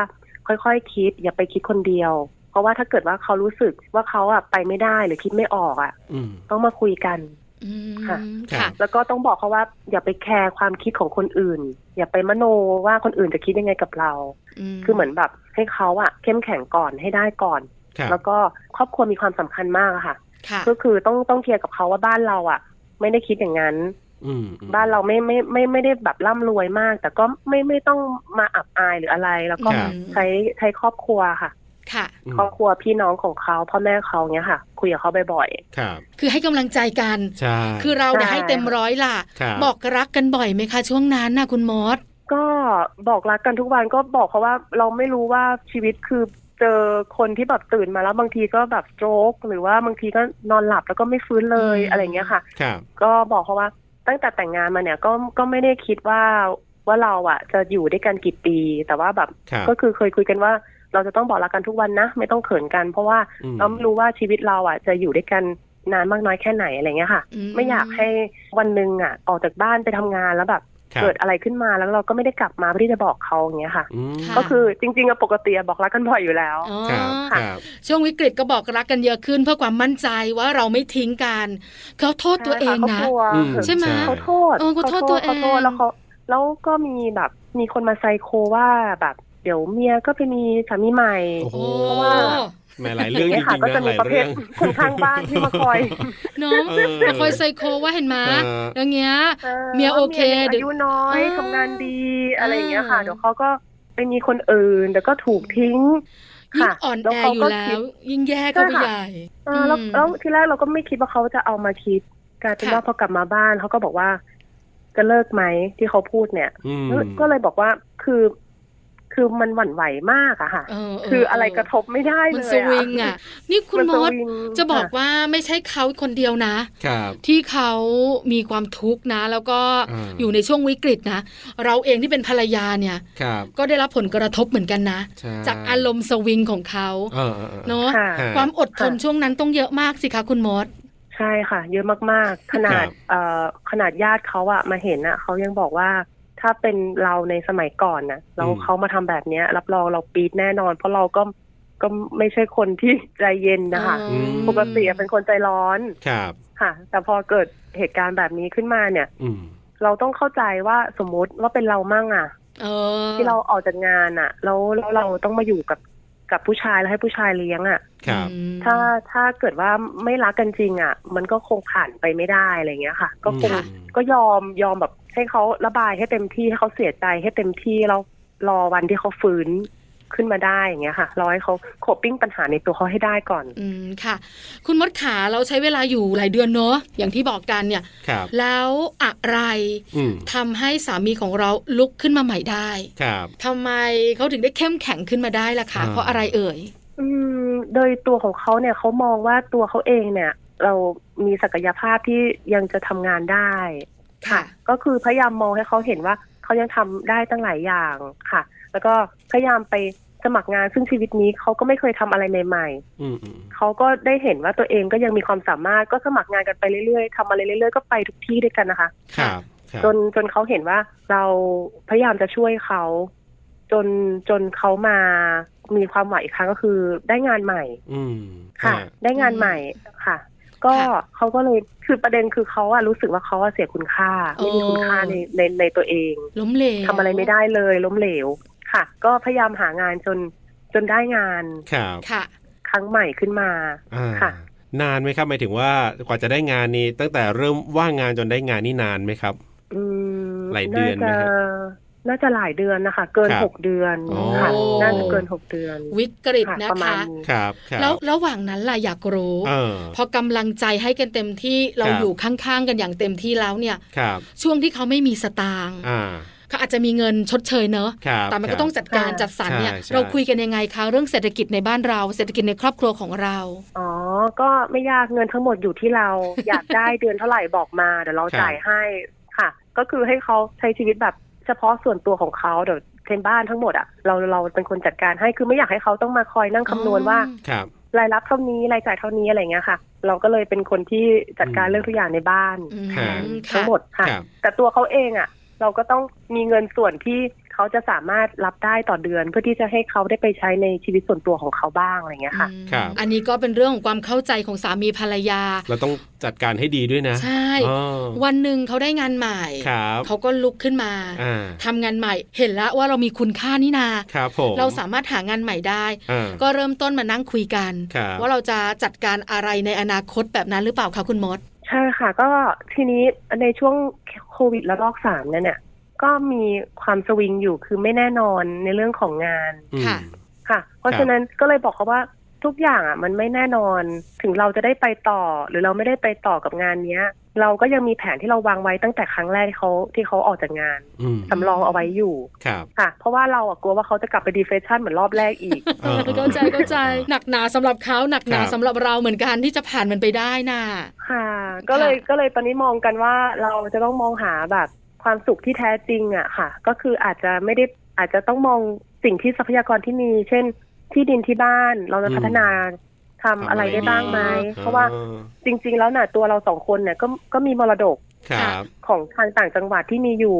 [SPEAKER 5] ค่อยๆคิด อย่าไปคิดคนเดียว เพราะว่าถ้าเกิดว่าเขารู้สึกว่าเขาอะไปไม่ได้หรือคิดไม่ออกอะ
[SPEAKER 2] อืม
[SPEAKER 5] ต้องมาคุยกัน
[SPEAKER 1] อืม
[SPEAKER 5] ค่ะ
[SPEAKER 2] ครั
[SPEAKER 1] ค่ะ
[SPEAKER 2] บ
[SPEAKER 5] แล้วก็ต้องบอกเขาว่า อย่าไปแคร์ความคิดของคนอื่น อย่าไปมโนว่าคนอื่นจะคิดยังไงกับเรา คือเหมือนแบบให้เขาอะเข้มแข็งก่อนให้ได้ก่อน
[SPEAKER 2] ครับ
[SPEAKER 5] แล้วก็ครอบครัวมีความสำคัญมากอะค่ะ
[SPEAKER 1] ค่ะ
[SPEAKER 5] ก็คือต้องต้องเคลียร์กับเขาว่าบ้านเราอะไม่ได้คิดอย่างนั้น
[SPEAKER 2] อืมอืม
[SPEAKER 5] บ้านเราไม่ไม่ไม่ไม่ได้แบบร่ำรวยมาก แต่ก็ไม่ไม่ต้องมาอับอายหรืออะไร แล้วก็
[SPEAKER 2] ครับ
[SPEAKER 5] ใช้ใช้ครอบครัวค่ะ
[SPEAKER 1] ค่ะ
[SPEAKER 2] อืม
[SPEAKER 5] ครอบครัวพี่น้องของเขาพ่อแม่เขาเนี้ยค่ะ คุยกับเขาบ่อย
[SPEAKER 2] ครับ
[SPEAKER 1] คือให้กำลังใจกัน
[SPEAKER 2] ใช่
[SPEAKER 1] คือเราเนี่ย
[SPEAKER 5] ใช่
[SPEAKER 1] ให้เต็มร้อยล่ะ
[SPEAKER 2] ครับ
[SPEAKER 1] บอกรักกันบ่อยไหมคะช่วงนั้นน่ะคุณมด
[SPEAKER 5] ๆ ก็บอกรักกันทุกวันก็บอกเขาว่าเราไม่รู้ว่าชีวิตคือเจอคนที่แบบตื่นมาแล้วบางทีก็แบบโจกหรือว่าบางทีก็นอนหลับแล้วก็ไม่ฟื้นเลย
[SPEAKER 1] อืม
[SPEAKER 5] อะไรเงี้ยค่ะ
[SPEAKER 2] ครับ
[SPEAKER 5] ก็บอกเขาว่าตั้งแต่แต่งงานมาเนี่ยก็ก็ไม่ได้คิดว่าว่าเราอะจะอยู่ด้วยกันกี่ปี แต่ว่าแบบ
[SPEAKER 2] ครับ
[SPEAKER 5] ก็คือเคยคุยกันว่าเราจะต้องบอกรักกันทุกวันนะ ไม่ต้องเขินกัน เพราะว่า
[SPEAKER 2] อืม
[SPEAKER 5] เราไม่รู้ว่าชีวิตเราอ่ะจะอยู่ด้วยกันนานมากน้อยแค่ไหนอะไรเงี้ยค่ะ ไม่อยากให้วันหนึ่งอ่ะออกจากบ้านไปทำงานแล้วแบบ
[SPEAKER 2] ครับ
[SPEAKER 5] เกิดอะไรขึ้นมาแล้วเราก็ไม่ได้กลับมาเพื่อที่จะบอกเขาอย่างเงี้ยค่ะ
[SPEAKER 2] อืม
[SPEAKER 1] ค่ะ
[SPEAKER 5] ก็คือจริงๆอะปกติอะบอกรักกันบ่อยอยู่แล้ว
[SPEAKER 1] อ๋อ
[SPEAKER 2] ครับ
[SPEAKER 5] ค่ะ
[SPEAKER 2] ครับ
[SPEAKER 1] ช่วงวิกฤตก็บอกรักกันเยอะขึ้นเพื่อความมั่นใจว่าเราไม่ทิ้งกันเขาโทษตัวเอง
[SPEAKER 5] ใช่ค่เขา
[SPEAKER 1] นะ
[SPEAKER 5] กลัว
[SPEAKER 2] อื
[SPEAKER 1] ใช่ไหม
[SPEAKER 5] เขาโทษ
[SPEAKER 1] เออเขาโทษตัวเอง
[SPEAKER 5] เขาโทษแล้วเขาแล้วก็มีแบบมีคนมาไซโคว่าแบบเดี๋ยวเมียก็ไปมีสามีใหม่
[SPEAKER 2] โอ้โห
[SPEAKER 5] เพราะว่า
[SPEAKER 2] แหม่หลายเรื่องจ
[SPEAKER 5] นี่ยค่ะ
[SPEAKER 2] ริง
[SPEAKER 5] ก็
[SPEAKER 2] ๆ
[SPEAKER 5] จะ
[SPEAKER 2] นะห
[SPEAKER 5] มี
[SPEAKER 2] ลาย
[SPEAKER 5] ประเภ
[SPEAKER 2] เรื่อ
[SPEAKER 5] ท
[SPEAKER 2] ง
[SPEAKER 5] คนข้างบ้านที่มาคอย
[SPEAKER 1] เนาะ
[SPEAKER 2] เออ
[SPEAKER 1] คอยไซโคว่าเห็นไหม
[SPEAKER 2] เออ
[SPEAKER 1] อย่างเงี้ย
[SPEAKER 5] ออ
[SPEAKER 1] เมียโอเค
[SPEAKER 5] ว่า
[SPEAKER 1] เดี๋ย
[SPEAKER 5] มีาว ยุน้อย
[SPEAKER 1] อ่า
[SPEAKER 5] ทำงานดีอะไรอย่างเงี้ยค่ะ
[SPEAKER 1] อ่า
[SPEAKER 5] เดี๋ยวเขาก็ไปมีคนอื่นเดี๋ยวก็ถูกทิ้ง
[SPEAKER 1] ยิ่ง
[SPEAKER 5] ค่ะ
[SPEAKER 1] อ่อน
[SPEAKER 5] ล้ว
[SPEAKER 1] แอ
[SPEAKER 5] เขา
[SPEAKER 1] อยู่
[SPEAKER 5] ก็
[SPEAKER 1] แล้
[SPEAKER 5] คิด
[SPEAKER 1] ว ยิ่งแย่เข้าไป
[SPEAKER 5] ใช่ค่ะ
[SPEAKER 1] ใหญ่
[SPEAKER 5] เออแล้ว
[SPEAKER 1] อืม
[SPEAKER 5] แล้วทีแรกเราก็ไม่คิดว่าเขาจะเอามาคิดกลายเป็น
[SPEAKER 1] ค่ะ
[SPEAKER 5] ว่าพอกลับมาบ้านเขาก็บอกว่า จะเลิกไหมที่เขาพูดเนี่ย
[SPEAKER 2] อืม
[SPEAKER 5] ก็เลยบอกว่าคือ คือมันหวั่นไหวมากอะค่ะ
[SPEAKER 1] เเ
[SPEAKER 5] คืออะไรกระทบไม่ได้เลย
[SPEAKER 1] มัน
[SPEAKER 5] อะ
[SPEAKER 1] สวิงอ่ะ นี่คุณ
[SPEAKER 5] น
[SPEAKER 1] ม
[SPEAKER 5] ส
[SPEAKER 1] ด
[SPEAKER 5] วิง
[SPEAKER 1] จะบอก
[SPEAKER 5] ค่
[SPEAKER 1] ว่าไม่ใช่เขาคนเดียวนะ
[SPEAKER 2] ครับ
[SPEAKER 1] ที่เขามีความทุกข์นะ แล้วก็
[SPEAKER 2] อืม
[SPEAKER 1] อยู่ในช่วงวิกฤตนะ เราเองที่เป็นภรรยาเนี่ย
[SPEAKER 2] ครับ
[SPEAKER 1] ก็ได้รับผลกระทบเหมือนกันนะ
[SPEAKER 2] ใช่
[SPEAKER 1] จากอารมณ์สวิงของเขา
[SPEAKER 2] เออออออ
[SPEAKER 1] เนาะ
[SPEAKER 5] ค่ะ
[SPEAKER 1] ความอดทน
[SPEAKER 5] ค่ะ
[SPEAKER 1] ช่วงนั้นต้องเยอะมากสิคะคุณมด
[SPEAKER 5] ใช่ค่ะ เยอะมากๆ ขนา
[SPEAKER 2] ครั
[SPEAKER 5] ด
[SPEAKER 2] บ
[SPEAKER 5] เอ่อขนาดญาติเขาอะมาเห็นอะเขายังบอกว่าถ้าเป็นเราในสมัยก่อนนะเราเขามาทำแบบเนี้ย รับรองเราปีดแน่นอน เพราะเราก็ก็ไม่ใช่คนที่ใจเย็นนะคะ
[SPEAKER 1] อืม
[SPEAKER 5] ปกติอะเป็นคนใจร้อน
[SPEAKER 2] ครับ
[SPEAKER 5] ค่ะ แต่พอเกิดเหตุการณ์แบบนี้ขึ้นมาเนี่ย
[SPEAKER 2] อืม
[SPEAKER 5] เราต้องเข้าใจว่าสมมติว่าเป็นเรามั่งอะ
[SPEAKER 1] เออ
[SPEAKER 5] ที่เราออกจากงานอะแล้วแล้วเราต้องมาอยู่กับกับผู้ชายแล้วให้ผู้ชายเลี้ยงอะ
[SPEAKER 2] ครับ
[SPEAKER 1] อืม
[SPEAKER 5] ถ้าถ้าเกิดว่าไม่รักกันจริงอ่ะ มันก็คงผ่านไปไม่ได้อะไรเงี้ยค่ะ ก็คง
[SPEAKER 1] ค่ะ
[SPEAKER 5] ก็ยอมยอมแบบให้เขาระบายให้เต็มที่ให้เขาเสียใจให้เต็มที่แล้วรอวันที่เขาฟื้นขึ้นมาได้อย่างเงี้ยค่ะรอให้เขาโคปิ้งปัญหาในตัวเขาให้ได้ก่อน
[SPEAKER 1] อืมค่ะ คุณมดขาเราใช้เวลาอยู่หลายเดือนเนาะอย่างที่บอกกันเนี่ย
[SPEAKER 2] ครับ
[SPEAKER 1] แล้วอะไร
[SPEAKER 2] อืม
[SPEAKER 1] ทำให้สามีของเราลุกขึ้นมาใหม่ได้
[SPEAKER 2] ครับ
[SPEAKER 1] ทำไมเขาถึงได้เข้มแข็งขึ้นมาได้ล่ะคะ
[SPEAKER 2] อ่า
[SPEAKER 1] เพราะอะไรเอ่ย
[SPEAKER 5] อืมโดยตัวของเขาเนี่ยเขามองว่าตัวเขาเองเนี่ย เรามีศักยภาพที่ยังจะทำงานได้
[SPEAKER 1] ค่ะ
[SPEAKER 5] ก็คือพยายามมองให้เขาเห็นว่าเขายังทำได้ตั้งหลายอย่างค่ะ แล้วก็พยายามไปสมัครงานซึ่งชีวิตนี้เขาก็ไม่เคยทำอะไรใหม่
[SPEAKER 2] อืมอืม
[SPEAKER 5] ๆเขาก็ได้เห็นว่าตัวเองก็ยังมีความสามารถก็สมัครงานกันไปเรื่อยๆทำอะไรเรื่อยๆก็ไปทุกที่ด้วยกันนะคะ
[SPEAKER 2] ครับครับ
[SPEAKER 5] จนจนเขาเห็นว่าเราพยายามจะช่วยเขาจนจนเขามามีความหวังอีกครั้งก็คือได้งานใหม่
[SPEAKER 2] อืม
[SPEAKER 5] ค่ะ
[SPEAKER 2] ฮ
[SPEAKER 5] ได้งานใหม่ค่ะ ก็
[SPEAKER 1] ค่ะ
[SPEAKER 5] เขาก็เลยคือประเด็นคือเขาอะรู้สึกว่าเขาอะเสียคุณค่าไม่มีคุณค่าในในในตัวเอง
[SPEAKER 1] ล้มเหลว
[SPEAKER 5] ทำอะไรไม่ได้เลยล้มเหลวค่ะ ก็พยายามหางานจนจนได้งาน
[SPEAKER 2] ครับ
[SPEAKER 1] ค่ะ
[SPEAKER 5] ข รั้งใหม่ขึ้นมา
[SPEAKER 2] อ่า
[SPEAKER 5] ค่ะ
[SPEAKER 2] นานไหมครับหมายถึงว่ากว่าจะได้งานนี้ ตั้งแต่เริ่มว่างงานจนได้งานนี่นานไหมครับ
[SPEAKER 5] อืม
[SPEAKER 2] หลายเดือนไหม
[SPEAKER 5] น่า
[SPEAKER 2] ฮะ
[SPEAKER 5] จะน่าจะหลายเดือนนะคะ เกิน
[SPEAKER 2] ครับ
[SPEAKER 5] หกเดือน
[SPEAKER 2] อ๋อ
[SPEAKER 5] ค่ะ น่าจะเกินหกเดือน
[SPEAKER 1] วิกฤตนะ
[SPEAKER 5] ประมา
[SPEAKER 1] คะ
[SPEAKER 5] ณนี้
[SPEAKER 2] ครับครับ
[SPEAKER 1] แล้วระหว่างนั้นล่ะอยากรู้
[SPEAKER 2] เออ
[SPEAKER 1] พอกำลังใจให้กันเต็มที่เรา
[SPEAKER 2] ครับ
[SPEAKER 1] อยู่ข้างๆกันอย่างเต็มที่แล้วเนี่ย
[SPEAKER 2] ครับ
[SPEAKER 1] ช่วงที่เขาไม่มีสตางค์
[SPEAKER 2] อ่า
[SPEAKER 1] เขาอาจจะมีเงินชดเชยเนอะ
[SPEAKER 2] ครับ
[SPEAKER 1] แต่มันก็
[SPEAKER 2] ครับ
[SPEAKER 1] ต้องจัดการ
[SPEAKER 5] ใช่
[SPEAKER 1] จัดสรรเนี่ย
[SPEAKER 2] ใช่ใช่
[SPEAKER 1] เราคุยกันยังไงคะเรื่องเศรษฐกิจในบ้านเรา เศรษฐกิจในครอบครัวของเรา
[SPEAKER 5] อ๋อ ก็ไม่ยากเงินทั้งหมดอยู่ที่เรา อยากได้เดือนเท่าไหร่บอกมาเดี๋ยวเรา
[SPEAKER 2] ครับ
[SPEAKER 5] จ่ายให้ค่ะ ก็คือให้เขาใช้ชีวิตแบบเฉพาะส่วนตัวของเขาเดี๋ยวเทนบ้านทั้งหมดอะเราเราเป็นคนจัดการให้คือไม่อยากให้เขาต้องมาคอยนั่งคำนวณว่า
[SPEAKER 2] ครับ
[SPEAKER 5] รายรับเท่านี้รายจ่ายเท่านี้อะไรเงี้ยค่ะ เราก็เลยเป็นคนที่จัดการ
[SPEAKER 2] อืม
[SPEAKER 5] เรื่องทุกอย่างในบ้าน
[SPEAKER 1] อืม
[SPEAKER 5] แทน
[SPEAKER 1] ค่ะ
[SPEAKER 5] ทั้งหมดค่ะ
[SPEAKER 2] ครับ
[SPEAKER 5] แต่ตัวเขาเองอ่ะ เราก็ต้องมีเงินส่วนที่เขาจะสามารถรับได้ต่อเดือน เพื่อที่จะให้เขาได้ไปใช้ในชีวิตส่วนตัวของเขาบ้างอะไรเงี้ยค่ะ
[SPEAKER 1] อืม
[SPEAKER 2] ครับ
[SPEAKER 1] อันนี้ก็เป็นเรื่องของความเข้าใจของสามีภรรยา
[SPEAKER 2] เราต้องจัดการให้ดีด้วยนะ
[SPEAKER 1] ใช่
[SPEAKER 2] อ๋อ
[SPEAKER 1] วันหนึ่งเขาได้งานใหม่
[SPEAKER 2] ครับ
[SPEAKER 1] เขาก็ลุกขึ้นมา
[SPEAKER 2] อ่า
[SPEAKER 1] ทำงานใหม่ เห็นแล้วว่าเรามีคุณค่านี่นา
[SPEAKER 2] ครับผม
[SPEAKER 1] เราสามารถหางานใหม่ได้
[SPEAKER 2] อ่า
[SPEAKER 1] ก็เริ่มต้นมานั่งคุยกัน
[SPEAKER 2] ครับ
[SPEAKER 1] ว่าเราจะจัดการอะไรในอนาคตแบบนั้นหรือเปล่าคะคุณมด
[SPEAKER 5] ใช่ค่ะ ก็ทีนี้ในช่วงโควิดระลอกสามเนี่ยเนี่ย ก็มีความสวิงอยู่คือไม่แน่นอนในเรื่องของงาน
[SPEAKER 2] อืม
[SPEAKER 1] ค่ะ
[SPEAKER 5] ค่ะ เพราะ
[SPEAKER 2] ครับ
[SPEAKER 5] ฉะนั้นก็เลยบอกเขาว่าทุกอย่างอ่ะมันไม่แน่นอนถึงเราจะได้ไปต่อ หรือเราไม่ได้ไปต่อกับงานเนี้ย เราก็ยังมีแผนที่เราวางไว้ตั้งแต่ครั้งแรกที่เขาที่เขาออกจากงาน
[SPEAKER 2] อืม
[SPEAKER 5] สำรองเอาไว้อยู่
[SPEAKER 2] ครับ
[SPEAKER 5] ค่ะ เพราะว่าเราอ่ะกลัวว่าเขาจะกลับไปดีเฟชชั่นเหมือนรอบแรกอีก
[SPEAKER 2] เออ
[SPEAKER 1] เข้าใจเข้าใจหนักหนาสำหรับเขาหนักหนา
[SPEAKER 2] ครับ
[SPEAKER 1] สำหรับเราเหมือนกันที่จะผ่านมันไปได้น่ะ
[SPEAKER 5] ค่ะ ก็เลยก็เลยตอนนี้มองกันว่าเราจะต้องมองหาแบบความสุขที่แท้จริงอะค่ะ ก็คืออาจจะไม่ได้อาจจะต้องมองสิ่งที่ทรัพยากรที่มี เช่น ที่ดินที่บ้านเราจะพัฒนาทำอะไรได้บ้างไหม
[SPEAKER 2] อ่
[SPEAKER 5] เพราะว่า จริงๆ แล้วน่ะตัวเราสองคนเนี่ยก็ก็มีมรดก
[SPEAKER 2] ครับ
[SPEAKER 5] ของทางต่างจังหวัดที่มีอยู่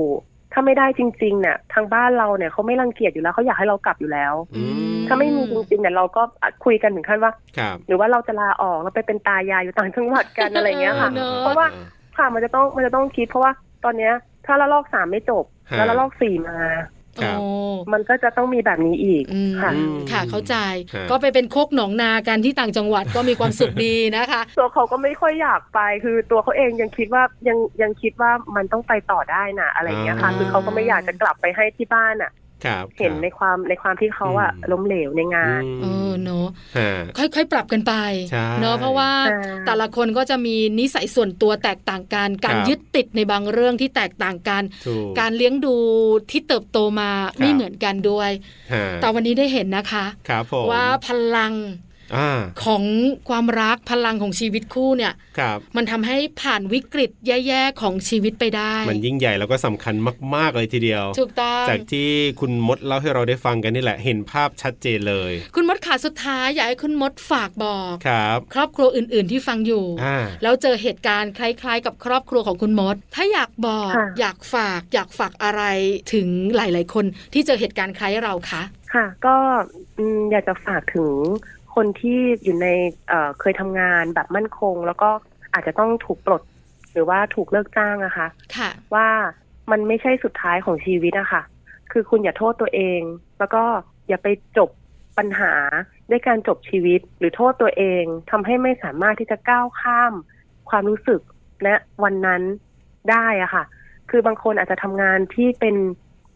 [SPEAKER 5] ถ้าไม่ได้จริงๆเนี่ยทางบ้านเราเนี่ยเขาไม่รังเกียจอยู่แล้วเขาอยากให้เรากลับอยู่แล้ว
[SPEAKER 2] อืม
[SPEAKER 5] ถ้าไม่มีจริงๆเนี่ยเราก็คุยกันถึงขั้นว่า
[SPEAKER 2] ครับ
[SPEAKER 5] หรือว่าเราจะลาออกเราไปเป็นตายายอยู่ต่างจังหวัดกันอะไรอย่างเงี้ยค่ะ
[SPEAKER 1] เนอะ
[SPEAKER 5] เพราะว่า ค่ะมันจะต้องมันจะต้องคิดเพราะว่าตอนเนี้ยถ้าละลอกสามไม่จบ
[SPEAKER 2] ฮะ
[SPEAKER 5] แล้วละลอกสี่มา
[SPEAKER 2] ครับ
[SPEAKER 1] โอ้
[SPEAKER 5] มันก็จะต้องมีแบบนี้อีก
[SPEAKER 1] อืม
[SPEAKER 5] ค่ะ
[SPEAKER 2] อืม
[SPEAKER 1] ค่ะเข้าใจ
[SPEAKER 2] ครับ
[SPEAKER 1] ก็ไปเป็นโคกหนองนากันที่ต่างจังหวัดก็มีความสุขดีนะคะ
[SPEAKER 5] ตัวเขาก็ไม่ค่อยอยากไป คือตัวเขาเองยังคิดว่ายังยังคิดว่ามันต้องไปต่อได้นะอะไรอย่างเงี้ยค่ะ
[SPEAKER 1] อ่า
[SPEAKER 5] คือเขาก็ไม่อยากจะกลับไปให้ที่บ้านอ่ะ
[SPEAKER 2] ครับ
[SPEAKER 5] เห็นในความในความที่เขาอ่ะ
[SPEAKER 2] อืม
[SPEAKER 5] ล้มเหลวในงาน
[SPEAKER 1] เออเนอะ
[SPEAKER 2] ฮะ
[SPEAKER 1] ค่อยๆ ปรับกันไป
[SPEAKER 2] ใช่
[SPEAKER 1] เนอะเพราะว่า
[SPEAKER 5] ใช่
[SPEAKER 1] แต่ละคนก็จะมีนิสัยส่วนตัวแตกต่างกัน การ
[SPEAKER 2] ครับ
[SPEAKER 1] ยึดติดในบางเรื่องที่แตกต่างกัน
[SPEAKER 2] ถูก
[SPEAKER 1] การเลี้ยงดูที่เติบโตมา
[SPEAKER 2] ครับ
[SPEAKER 1] ไม่เหมือนกันด้วย
[SPEAKER 2] ฮะ
[SPEAKER 1] แต่วันนี้ได้เห็นนะคะ
[SPEAKER 2] ครับผม
[SPEAKER 1] ว่าพลัง
[SPEAKER 2] อ่า
[SPEAKER 1] ของความรักพลังของชีวิตคู่เนี่ย
[SPEAKER 2] ครับ
[SPEAKER 1] มันทำให้ผ่านวิกฤตแย่ๆของชีวิตไปได้
[SPEAKER 2] มันยิ่งใหญ่แล้วก็สำคัญมาก ๆ เลยทีเดียว
[SPEAKER 1] ถูกต้อง
[SPEAKER 2] จากที่คุณมดเล่าให้เราได้ฟังกันนี่แหละเห็นภาพชัดเจนเลย
[SPEAKER 1] คุณมดขาสุดท้ายอยากให้คุณมดฝากบอก
[SPEAKER 2] ครับ
[SPEAKER 1] ครอบครัวอื่น ๆ ที่ฟังอยู่
[SPEAKER 2] อ่า
[SPEAKER 1] แล้วเจอเหตุการณ์คล้ายๆ กับครอบครัวของคุณมด ถ้าอยากบอก
[SPEAKER 5] ค่ะ
[SPEAKER 1] อยากฝาก อยากฝากอะไรถึงหลายๆ คนที่เจอเหตุการณ์คล้ายเราคะ
[SPEAKER 5] ค่ะ ก็อืมอยากจะฝากถึงคนที่อยู่ในเอ่อเคยทำงานแบบมั่นคง แล้วก็อาจจะต้องถูกปลด หรือว่าถูกเลิกจ้างนะคะ
[SPEAKER 1] ค่ะ
[SPEAKER 5] ว่ามันไม่ใช่สุดท้ายของชีวิตอะค่ะ คือคุณอย่าโทษตัวเอง แล้วก็อย่าไปจบปัญหาด้วยการจบชีวิต หรือโทษตัวเองทำให้ไม่สามารถที่จะก้าวข้าม ความรู้สึกและวันนั้นได้อะค่ะ คือบางคนอาจจะทำงานที่เป็น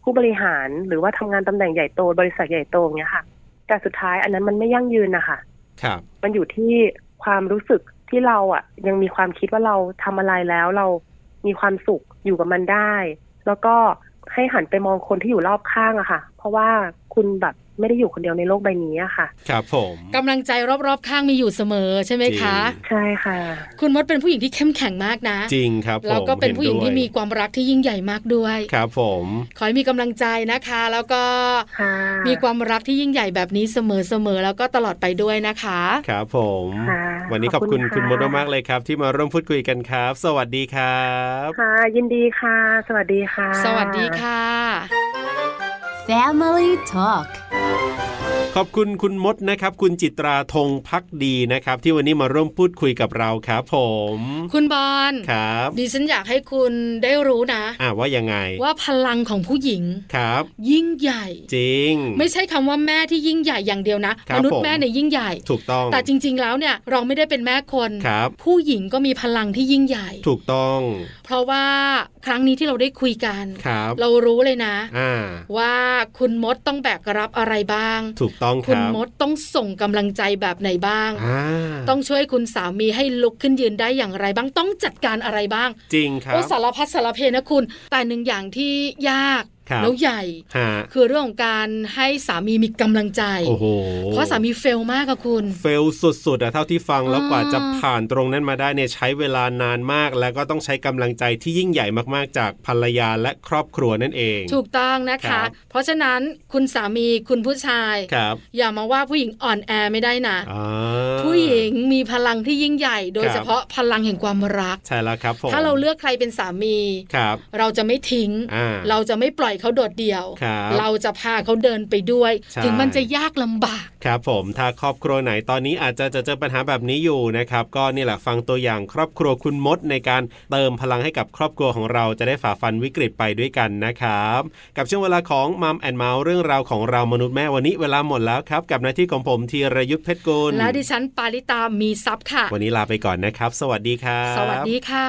[SPEAKER 5] ผู้บริหารหรือว่าทำงานตำแหน่งใหญ่โตบริษัทใหญ่โตอย่างเงี้ยค่ะ แต่สุดท้ายอันนั้นมันไม่ยั่งยืนนะคะ
[SPEAKER 2] ครับ
[SPEAKER 5] มันอยู่ที่ความรู้สึกที่เราอ่ะ ยังมีความคิดว่าเราทำอะไรแล้วเรามีความสุขอยู่กับมันได้ แล้วก็ให้หันไปมองคนที่อยู่รอบข้างอะค่ะ เพราะว่าคุณแบบไม่ได้อยู่คนเดียวในโลกใบนี้อะค่ะ
[SPEAKER 2] ครับผม
[SPEAKER 1] กำลังใจรอบๆ ข้างมีอยู่เสมอใช่ไหมคะ
[SPEAKER 5] ใช่ค่ะ
[SPEAKER 1] คุณมดเป็นผู้หญิงที่เข้มแข็งมากนะ
[SPEAKER 2] จริงครับผม
[SPEAKER 1] แล้วก็เป็นผู้หญิงที่มี
[SPEAKER 2] เนด้ว
[SPEAKER 1] ความรักที่ยิ่งใหญ่มากด้วย
[SPEAKER 2] ยครับผม
[SPEAKER 1] ขอให้มีกำลังใจนะคะ แล้วก็
[SPEAKER 5] ค่ะ
[SPEAKER 1] มีความรักที่ยิ่งใหญ่แบบนี้เสมอๆ แล้วก็ตลอดไปด้วยนะคะ
[SPEAKER 2] ครับผม
[SPEAKER 5] ค่ะ
[SPEAKER 2] วันนี้ขอบคุณ
[SPEAKER 5] ขอบคุ
[SPEAKER 2] คุณ
[SPEAKER 5] ณ
[SPEAKER 2] มด
[SPEAKER 5] ค่ะ
[SPEAKER 2] มากๆเลยครับ ที่มาร่วมพูดคุยกันครับ สวัสดีครับ
[SPEAKER 5] ค่ะ ยินดีค่ะ สวัสดีค่ะ
[SPEAKER 1] สวัสดีค่ะ
[SPEAKER 4] Family Talk
[SPEAKER 2] ขอบคุณคุณมดนะครับ คุณจิตราธงพักดีนะครับ ที่วันนี้มาร่วมพูดคุยกับเราครับผม
[SPEAKER 1] คุณบอล
[SPEAKER 2] ครับ
[SPEAKER 1] ดิฉันอยากให้คุณได้รู้นะ
[SPEAKER 2] อ่าว่ายังไง
[SPEAKER 1] ว่าพลังของผู้หญิง
[SPEAKER 2] ครับ
[SPEAKER 1] ยิ่งใหญ่
[SPEAKER 2] จริง
[SPEAKER 1] ไม่ใช่คำว่าแม่ที่ยิ่งใหญ่อย่างเดียวนะครับ มนุษ
[SPEAKER 2] ผ
[SPEAKER 1] ย์
[SPEAKER 2] ม
[SPEAKER 1] แม่เนี่ยยิ่งใหญ่
[SPEAKER 2] ถูกต้อง
[SPEAKER 1] แต่จริง ๆ แล้วเนี่ยเราไม่ได้เป็นแม่คน
[SPEAKER 2] ครับ
[SPEAKER 1] ผู้หญิงก็มีพลังที่ยิ่งใหญ่
[SPEAKER 2] ถูกต้อง
[SPEAKER 1] เพราะว่าครั้งนี้ที่เราได้คุยกัน
[SPEAKER 2] ครับ
[SPEAKER 1] เรารู้เลยนะ
[SPEAKER 2] อ่า
[SPEAKER 1] ว่าคุณมดต้องแบกรับอะไรบ้าง
[SPEAKER 2] ถูกต้องค
[SPEAKER 1] คุณ
[SPEAKER 2] รับ
[SPEAKER 1] มดต้องส่งกำลังใจแบบไหนบ้าง
[SPEAKER 2] อ่า
[SPEAKER 1] ต้องช่วยคุณสามีให้ลุกขึ้นยืนได้อย่างไรบ้างต้องจัดการอะไรบ้าง
[SPEAKER 2] จริงครับ
[SPEAKER 1] โอ้สารพัดสารเพนะคุณ แต่หนึ่งอย่างที่ยาก
[SPEAKER 2] ครับ
[SPEAKER 1] แล้วใหญ่
[SPEAKER 2] ฮะ
[SPEAKER 1] คือเรื่องของการให้สามีมีกำลังใจ
[SPEAKER 2] โอ้โห
[SPEAKER 1] เพราะสามีเฟลมากอะคุณ
[SPEAKER 2] เฟลสุดๆอะเท่าที่ฟังแล้ว
[SPEAKER 1] อ่าก ก
[SPEAKER 2] ว่าจะผ่านตรงนั้นมาได้เนี่ยใช้เวลานานมาก แล้วก็ต้องใช้กำลังใจที่ยิ่งใหญ่มากๆ จากภรรยาและครอบครัวนั่นเอง
[SPEAKER 1] ถูกต้องนะ
[SPEAKER 2] ค
[SPEAKER 1] คะ
[SPEAKER 2] รับ
[SPEAKER 1] เพราะฉะนั้นคุณสามีคุณผู้ชาย
[SPEAKER 2] ครับ
[SPEAKER 1] อย่ามาว่าผู้หญิงอ่อนแอไม่ได้นะ
[SPEAKER 2] อ่า
[SPEAKER 1] ผู้หญิงมีพลังที่ยิ่งใหญ่ โดย
[SPEAKER 2] ครับ
[SPEAKER 1] เฉพาะพลังแห่งความรัก
[SPEAKER 2] ใช่แล้วครับผม
[SPEAKER 1] ถ้าเราเลือกใครเป็นสามี
[SPEAKER 2] ครับ
[SPEAKER 1] เราจะไม่ทิ้ง
[SPEAKER 2] อ่า
[SPEAKER 1] เราจะไม่ปล่อยเขาโดดเดี่ยว
[SPEAKER 2] ครับ
[SPEAKER 1] เราจะพาเขาเดินไปด้วย
[SPEAKER 2] ใช่
[SPEAKER 1] ถึงมันจะยากลำบาก
[SPEAKER 2] ครับผมถ้าครอบครัวไหนตอนนี้อาจจะเจอเจอปัญหาแบบนี้อยู่นะครับ ก็นี่แหละฟังตัวอย่างครอบครัวคุณมดในการเติมพลังให้กับครอบครัวของเราจะได้ฝ่าฟันวิกฤตไปด้วยกันนะครับ กับช่วงเวลาของมัมแอนเมาส์เรื่องราวของเรามนุษย์แม่วันนี้เวลาหมดแล้วครับ กับหน้าที่ของผมธีรยุทธเพชรกุล
[SPEAKER 1] และดิฉันปาริตามีซับค่ะ
[SPEAKER 2] วันนี้ลาไปก่อนนะครับ สวัสดีครับ
[SPEAKER 1] สวัสดีค่ะ